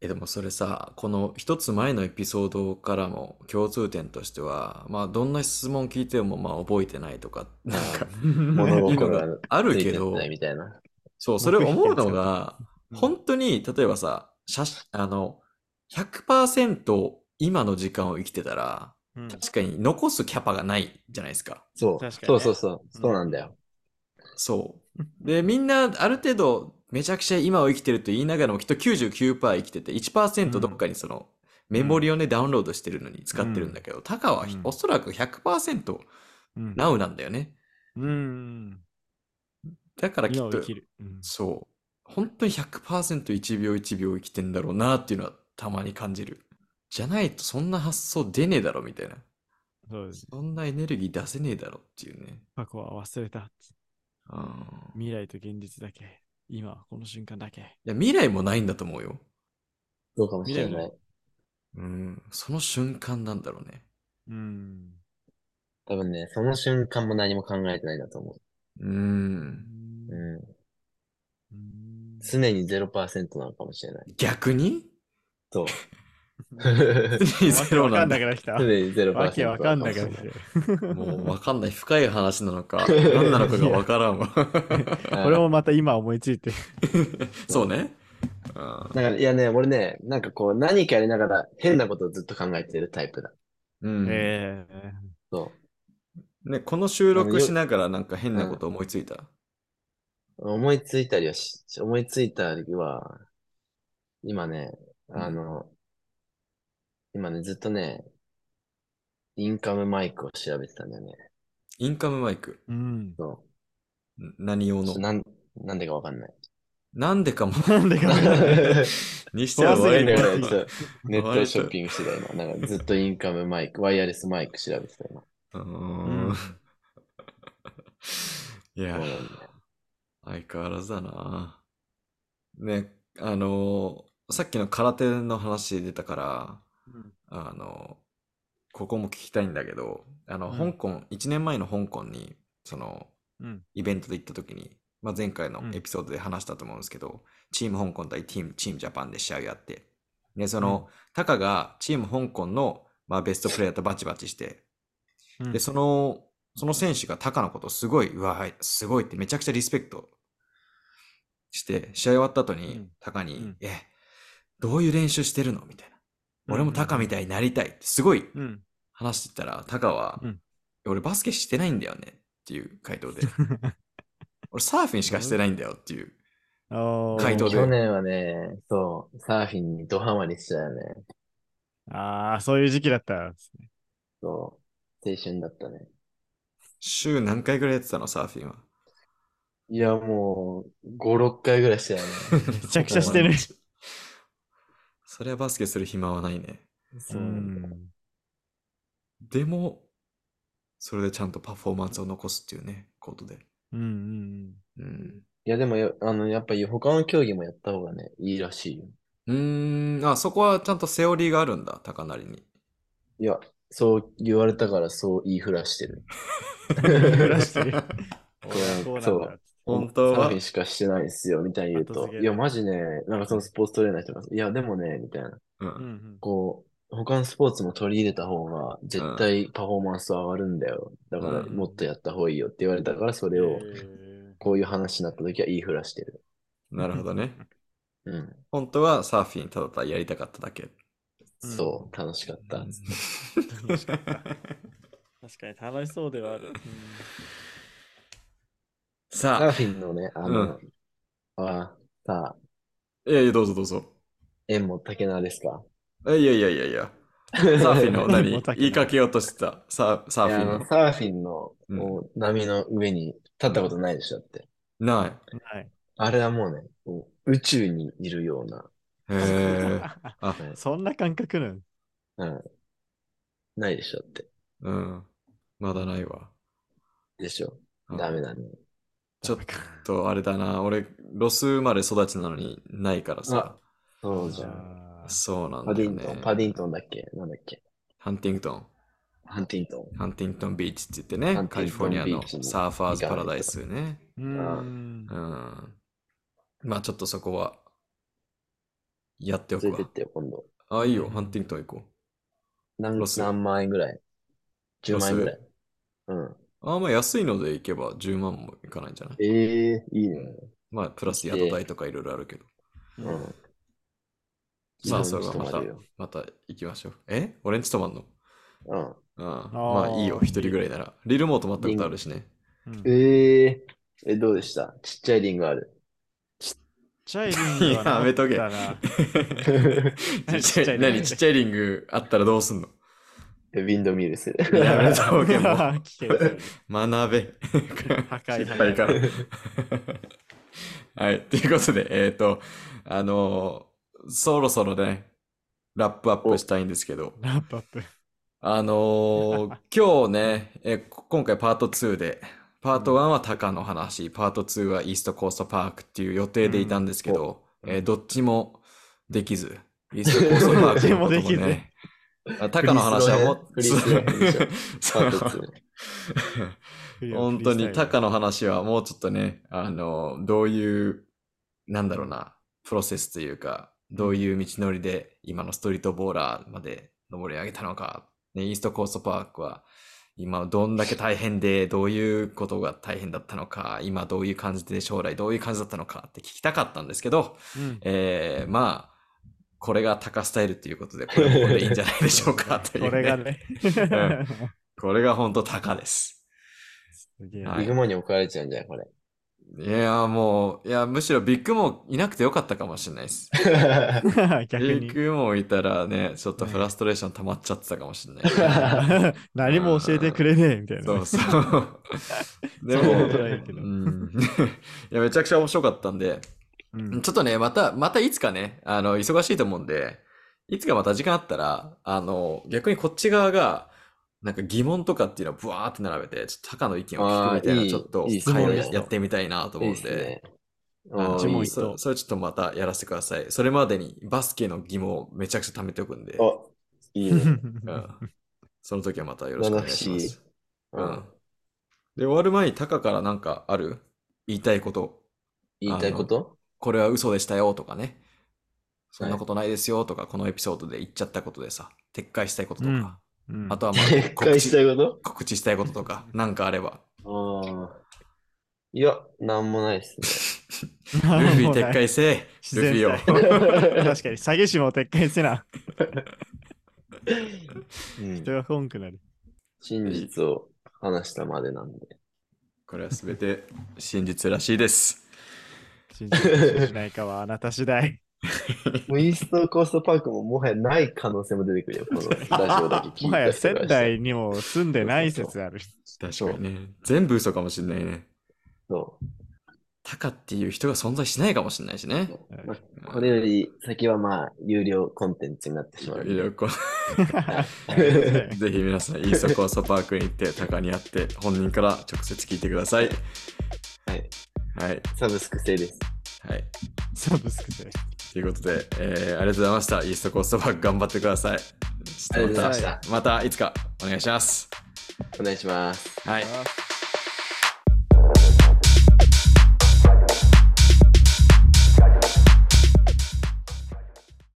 Speaker 2: え、でもそれさ、この一つ前のエピソードからも共通点としては、まあどんな質問聞いてもまあ覚えてないとか、なんか、
Speaker 1: 物
Speaker 2: [laughs] いうの
Speaker 1: 心
Speaker 2: が
Speaker 1: が
Speaker 2: ある
Speaker 1: つい
Speaker 2: け
Speaker 1: て
Speaker 2: ど
Speaker 1: な、いみたいな。
Speaker 2: そう、それを思うのが、
Speaker 3: うん
Speaker 2: 本当に、例えばさ、写真あの、100%今の時間を生きてたら、
Speaker 3: ーうん
Speaker 2: 確かに残すキャパがないじゃないですか。
Speaker 1: そう、
Speaker 3: 確かに
Speaker 1: そうそ
Speaker 3: ね
Speaker 1: うそう、
Speaker 3: うん
Speaker 1: そうなんだよ。
Speaker 2: そう。で、みんなある程度、めちゃくちゃ今を生きてると言いながらも、きっと99%生きてて、1%どっかにその、メモリをね、ダウンロードしてるのに使ってるんだけど、タカは
Speaker 3: うん
Speaker 2: おそらく100%
Speaker 3: うん
Speaker 2: ナウなんだよね。
Speaker 3: うん。
Speaker 2: だからきっ
Speaker 3: 今を生
Speaker 2: と、
Speaker 3: きる。うん
Speaker 2: そう。本当に 100%1 秒1秒生きてんだろうなっていうのはたまに感じる。じゃないとそんな発想出ねえだろみたいな。
Speaker 3: そうです。
Speaker 2: そんなエネルギー出せねえだろっていうね。
Speaker 3: 過去は忘れた。
Speaker 2: うん。い
Speaker 3: 未来と現実だけ。今はこの瞬間だけ。
Speaker 2: や、未来もないんだと思うよ。
Speaker 1: そうかもしれ
Speaker 3: 見れ
Speaker 1: な
Speaker 3: る
Speaker 1: い。
Speaker 2: うん。その瞬間なんだろうね。
Speaker 3: うん。
Speaker 1: 多分ね、その瞬間も何も考えてないんだと思
Speaker 2: う。
Speaker 3: うん
Speaker 1: う。
Speaker 3: ん
Speaker 1: うん。
Speaker 3: うん
Speaker 1: 常に0%なのかもしれない。
Speaker 2: 逆に
Speaker 3: [laughs]
Speaker 1: そう。
Speaker 2: ゼロ
Speaker 3: わ
Speaker 2: な
Speaker 3: か
Speaker 2: ん
Speaker 3: ん
Speaker 2: だ
Speaker 3: なくなってきた
Speaker 1: 常。に0%。
Speaker 3: わけわかんなくなっ
Speaker 1: い
Speaker 3: てきた。
Speaker 2: もうわかんない。深い話なのか、何なのかがわからん
Speaker 3: [laughs]
Speaker 2: わ。
Speaker 3: これもまた今思いついて。
Speaker 2: そうね。うん
Speaker 1: だから、いやね、俺ね、なんかこう、何かやりながら変なことをずっと考えてるタイプだ。
Speaker 2: うん。
Speaker 3: ええ
Speaker 1: そ
Speaker 2: ね、この収録しながらなんか変なこと思いついた。
Speaker 1: う。思いついたりはし、思いついたりは、今ね、あの、今ね、ずっとね、インカムマイクを調べてたんだよね。
Speaker 2: インカムマイク。
Speaker 3: うん。
Speaker 1: そ
Speaker 2: ん何用
Speaker 1: う。ちょっ
Speaker 2: の
Speaker 1: となん、なんでかわか
Speaker 2: [laughs]
Speaker 1: んない。
Speaker 2: なんでか
Speaker 3: [laughs]
Speaker 2: も。
Speaker 3: なんでかわかんない
Speaker 2: にしては
Speaker 3: 怖
Speaker 1: な
Speaker 3: す
Speaker 1: ん
Speaker 2: 割
Speaker 3: ぎ
Speaker 1: で
Speaker 2: と
Speaker 3: る
Speaker 1: かねち
Speaker 3: よ
Speaker 1: ょっとネット
Speaker 2: 割
Speaker 1: で
Speaker 2: と
Speaker 1: ショッピングしてた今。なんかずっとインカムマイク、ワイヤレスマイク調べてた今。
Speaker 2: うーん。
Speaker 1: そ
Speaker 2: い
Speaker 1: う
Speaker 2: や
Speaker 1: な、んだよ
Speaker 2: 相変わらずだな。ね、あのーさっきの空手の話出たから、
Speaker 3: うん
Speaker 2: あのーここも聞きたいんだけど、あの、
Speaker 3: うん
Speaker 2: 香港、1年前の香港に、その、
Speaker 3: うん。
Speaker 2: イベントで行った時に、まあ、前回のエピソードで話したと思うんですけど、チーム香港対チームチームジャパンで試合をやって、で、その、タカがチーム香港の、まあ、ベストプレイヤーとバチバチして、
Speaker 3: うん
Speaker 2: で、その、その選手がタカのことをすごい、うわ、はいすごいってめちゃくちゃリスペクトして、試合終わった後
Speaker 3: う
Speaker 2: に
Speaker 3: ん、
Speaker 2: タカに、
Speaker 3: うん
Speaker 2: え、どういう練習してるのみたいな。俺もタカみたいになりたいってすごい
Speaker 3: うん。
Speaker 2: 話してたら、タカは、
Speaker 3: うん
Speaker 2: 俺バスケしてないんだよねっていう回
Speaker 3: [laughs]
Speaker 2: 答で、俺サーフィンしかしてないんだよっていう。
Speaker 3: おー
Speaker 2: 回答で
Speaker 1: 去年はね、そう、サーフィンにドハマりしたよね。
Speaker 3: ああ、そういう時期だったんですね。
Speaker 1: そう、青春だったね。
Speaker 2: 週何回ぐらいやってたの、サーフィン
Speaker 3: [laughs]
Speaker 2: は。
Speaker 1: いや、もう、5、6回ぐらい [laughs] したよね。
Speaker 2: め
Speaker 3: ちゃくちゃしてる。
Speaker 2: [laughs] そりゃバスケする暇はないね。
Speaker 1: そううなんだ
Speaker 3: ん。
Speaker 2: でも、それでちゃんとパフォーマンスを残すっていうね、ことで。
Speaker 3: うんう
Speaker 2: う
Speaker 3: ん
Speaker 2: ん。
Speaker 1: いや、でもよ、あの、やっぱり他の競技もやった方がね、いいらしいよ。
Speaker 2: うーん、あ、そこはちゃんとセオリーがあるんだ、高なりに。
Speaker 1: いや、そう言われたからそう言いふらしてる。
Speaker 3: うん。ふらしてる。
Speaker 1: う
Speaker 3: 俺はこう
Speaker 1: そう
Speaker 3: なんだ。
Speaker 2: 本当
Speaker 1: サー
Speaker 2: は
Speaker 1: フィンしかしてないですよ、みたいに言う
Speaker 3: 後
Speaker 1: と。
Speaker 3: 付け
Speaker 1: い
Speaker 3: で
Speaker 1: や、マジね、なんかそのスポーツトレーナーとか、いや、でもね、みたいな。
Speaker 2: [laughs] う
Speaker 3: うん
Speaker 2: ん。
Speaker 3: うん。
Speaker 1: こう、他のスポーツも取り入れた方が、絶対パフォーマンスは上がるんだよ。だから、
Speaker 2: うん
Speaker 1: もっとやった方がいいよって言われたから、それを、
Speaker 3: へ
Speaker 1: こういう話になった時は言いふらしてる。
Speaker 2: なるほどね。
Speaker 1: うん。
Speaker 2: 本当はサーフィンただただやりたかっただけ。
Speaker 3: うん
Speaker 1: そう、楽しかった。
Speaker 3: ー楽しかった確かに楽しそうではある。うん
Speaker 1: サー
Speaker 2: [laughs] さあ、
Speaker 1: フィンのね、あ
Speaker 2: う
Speaker 1: の、あ、さあ、
Speaker 2: いやいや、どうぞどうぞ。
Speaker 1: 縁も竹縄ですか
Speaker 2: いやいやいやいや。サーフィン
Speaker 1: [laughs]
Speaker 2: の
Speaker 3: も
Speaker 2: 何
Speaker 3: う竹の
Speaker 2: 言いかけようとしてた。サーサー
Speaker 1: い
Speaker 2: フ
Speaker 1: や
Speaker 2: ィ
Speaker 1: あ
Speaker 2: ン
Speaker 1: の
Speaker 2: の。
Speaker 1: サーフィンの
Speaker 2: うん
Speaker 1: もう波の上に立ったことないでしょだって。
Speaker 2: ない。
Speaker 3: はい。
Speaker 1: あれはもうね、もう宇宙にいるような、
Speaker 2: へえ。あ、
Speaker 3: そんな感覚なん
Speaker 1: うん、ないでしょだって。
Speaker 2: うん。まだないわ。
Speaker 1: でしょ
Speaker 2: うん
Speaker 1: ダメだね。
Speaker 2: ちょっとあれだな。俺、ロス生まれ育ちなのにないからさ。
Speaker 1: そうじゃん。
Speaker 3: あー
Speaker 2: そうなん
Speaker 1: パ
Speaker 2: だ
Speaker 1: ディ
Speaker 2: よ
Speaker 1: ン
Speaker 2: ね
Speaker 1: トン、。パディントンだっけなんだっけ
Speaker 2: ハンティングトン。
Speaker 1: ハンティントン。
Speaker 2: ハンティントンビーチって言って
Speaker 1: ハ
Speaker 2: ね、
Speaker 1: ンテ
Speaker 2: カ
Speaker 1: ィ
Speaker 2: リ
Speaker 1: ン
Speaker 2: フォ
Speaker 1: トン
Speaker 2: ル
Speaker 1: ビ
Speaker 2: ニアの
Speaker 1: ーチに
Speaker 2: サーファーズパラダイスね。
Speaker 3: うーん
Speaker 2: う。ん。まあちょっとそこは、やっておく
Speaker 1: 連れて
Speaker 2: わ
Speaker 1: っ。てよ、今度。
Speaker 2: あ、いいよ、ハンティングトン行こ
Speaker 1: 何
Speaker 2: ロス
Speaker 1: 何万円ぐらい ?10 万円ぐらい。うん。
Speaker 2: う。あ、まあ安いので行けば10万もいかないんじゃない
Speaker 1: ええいいね。
Speaker 2: まあプラス宿代とかいろいろあるけど。
Speaker 1: うん。
Speaker 2: まあそれは
Speaker 1: 自分
Speaker 2: ま
Speaker 1: に泊
Speaker 2: た
Speaker 1: まるよ、
Speaker 2: また行きましょう。え俺んち泊まんの
Speaker 1: うん。
Speaker 2: うん。
Speaker 3: ー
Speaker 2: まあいいよ、一人ぐらいなら。リルも泊まったことあるしね。
Speaker 3: うんちっ
Speaker 1: えええ、どうでしたちっちゃいリングある。
Speaker 3: ちゃいリングはな
Speaker 2: やめとけ
Speaker 3: だな
Speaker 2: ちっ [laughs] ちゃい、何ちっちゃいリングあったらどうすんの
Speaker 1: ウィンドミルする。
Speaker 2: やめた方がいいもう
Speaker 3: [laughs] 危険だよね
Speaker 2: 学 [laughs] べ。
Speaker 3: 破壊
Speaker 2: 失敗から。 [laughs] はい。ということで、えっ、と、あのーそろそろね、ラップアップしたいんですけど、
Speaker 3: ラップアップ。
Speaker 2: あ
Speaker 1: [laughs]
Speaker 2: のー今日ね、えーこ今回パート2で、パート1はタカの話、パート2はイーストコーストパークっていう予定でいたんですけど、
Speaker 1: うんお
Speaker 2: えーどっちもで
Speaker 1: [laughs]
Speaker 2: きず、イーストコーストパークのこと
Speaker 3: どっちもで
Speaker 2: ね、あタカの話はもっ
Speaker 1: フリースローねフリースローパート
Speaker 2: そう
Speaker 1: 2。
Speaker 2: [laughs] 本当にタ
Speaker 3: 高
Speaker 2: カの話はもうちょっとね、あの、どういう、なんだろうな、プロセスというか、どういう道のりで今のストリートボーラーまで登り上げたのか、ね、イーストコーストパークは今どんだけ大変で、どういうことが大変だったのか、今どういう感じで将来どういう感じだったのかって聞きたかったんですけど、
Speaker 3: うん
Speaker 2: えー、まあ、これがタカスタイルということで、これもこれでいいんじゃないでしょうか、という、
Speaker 3: [laughs] これが。ね。
Speaker 2: んこれが本当タカです。
Speaker 3: すげえ。
Speaker 2: はい
Speaker 1: ビグモに怒られちゃうんじゃないこれ。
Speaker 2: いやー、もう、いや、むしろビッグモーいなくてよかったかもしれないです。
Speaker 3: [laughs] 逆
Speaker 2: ビ
Speaker 3: に
Speaker 2: ッ。グモーいたらね、ちょっとフラストレーション溜まっちゃってたかもしれない。
Speaker 3: 何も教えてくれねえみたいな。
Speaker 2: そうそう。でも、
Speaker 3: そ
Speaker 2: うん
Speaker 3: なことないけど
Speaker 2: ん。いや、めちゃくちゃ面白かったんで、
Speaker 3: うん
Speaker 2: ちょっとね、また、またいつかね、あの、忙しいと思うんで、いつかまた時間あったら、あの、逆にこっち側が、なんか疑問とかっていうのをブワーって並べて、ちょっとタカの意見を聞くみたい
Speaker 1: あー
Speaker 2: な、
Speaker 1: いい
Speaker 2: ちょっと
Speaker 1: いい質
Speaker 2: 会
Speaker 1: 問
Speaker 2: を
Speaker 1: ですね
Speaker 2: やってみたいなと
Speaker 1: い
Speaker 2: 思
Speaker 1: い
Speaker 2: うん
Speaker 1: っす
Speaker 2: で。
Speaker 1: ね。
Speaker 2: あの
Speaker 1: あ
Speaker 3: ちも
Speaker 1: いいっす
Speaker 3: 一
Speaker 2: そ
Speaker 3: 刀
Speaker 2: それちょっとまたやらせてください。それまでにバスケの疑問をめちゃくちゃ貯めておくんで、
Speaker 1: あ、い
Speaker 3: [laughs]
Speaker 1: いね。
Speaker 2: うんその時はまたよろしくお願いします。
Speaker 1: う
Speaker 2: うん
Speaker 1: ん。
Speaker 2: で、終わる前にタカからなんかある言いたいこと、
Speaker 1: 言いたいこと
Speaker 2: これは嘘でしたよとかね、そんなことないですよとか、このエピソードで言っちゃったことでさ、撤回したいこととか、
Speaker 3: うん
Speaker 2: あとはまあ
Speaker 1: 撤
Speaker 2: 告
Speaker 1: 回
Speaker 2: 知
Speaker 1: したいこ
Speaker 2: 告知したいこととか、なんかあれば。
Speaker 1: とああ。いや、なんもないっす
Speaker 2: ル
Speaker 3: [laughs] なんも
Speaker 2: フィ
Speaker 3: ない
Speaker 2: 撤回せえ、
Speaker 3: 自
Speaker 2: ルフ
Speaker 3: 然
Speaker 2: ィ
Speaker 3: 体
Speaker 2: を。
Speaker 3: 確かに、詐欺師も撤回せな。
Speaker 1: うん
Speaker 3: 人が本くなる。
Speaker 1: 真実を話したまでなんで。
Speaker 2: これは全て真実らしいです。
Speaker 3: 信じるかしないかはあなた次第。
Speaker 1: もうイーストコーストパークももはやない可能性も出てくるよ、このラジオだけ聞い
Speaker 3: [laughs]
Speaker 1: て。
Speaker 3: もはや仙台にも住んでない説ある。
Speaker 2: 確かにね。全部嘘かもしれないね。
Speaker 1: そ
Speaker 2: タカっていう人が存在しないかもしれないしね。
Speaker 1: う。まあこれより先はまあ、有料コンテンツになってしまう。
Speaker 2: いや
Speaker 1: [laughs]
Speaker 2: こ
Speaker 3: はい
Speaker 2: ぜひ皆さん、イーストコーストパークに行って、タカに会って、本人から直接聞いてください。
Speaker 1: はい。
Speaker 2: はい。
Speaker 1: サブスク制です。
Speaker 2: はい。
Speaker 3: サブスクで。
Speaker 2: ということで、えーありがとうございました。イーストコーストパーク頑張ってください。
Speaker 1: ありがとうございまし
Speaker 2: またいつかお願いします。
Speaker 1: た。お願いします。
Speaker 2: はい。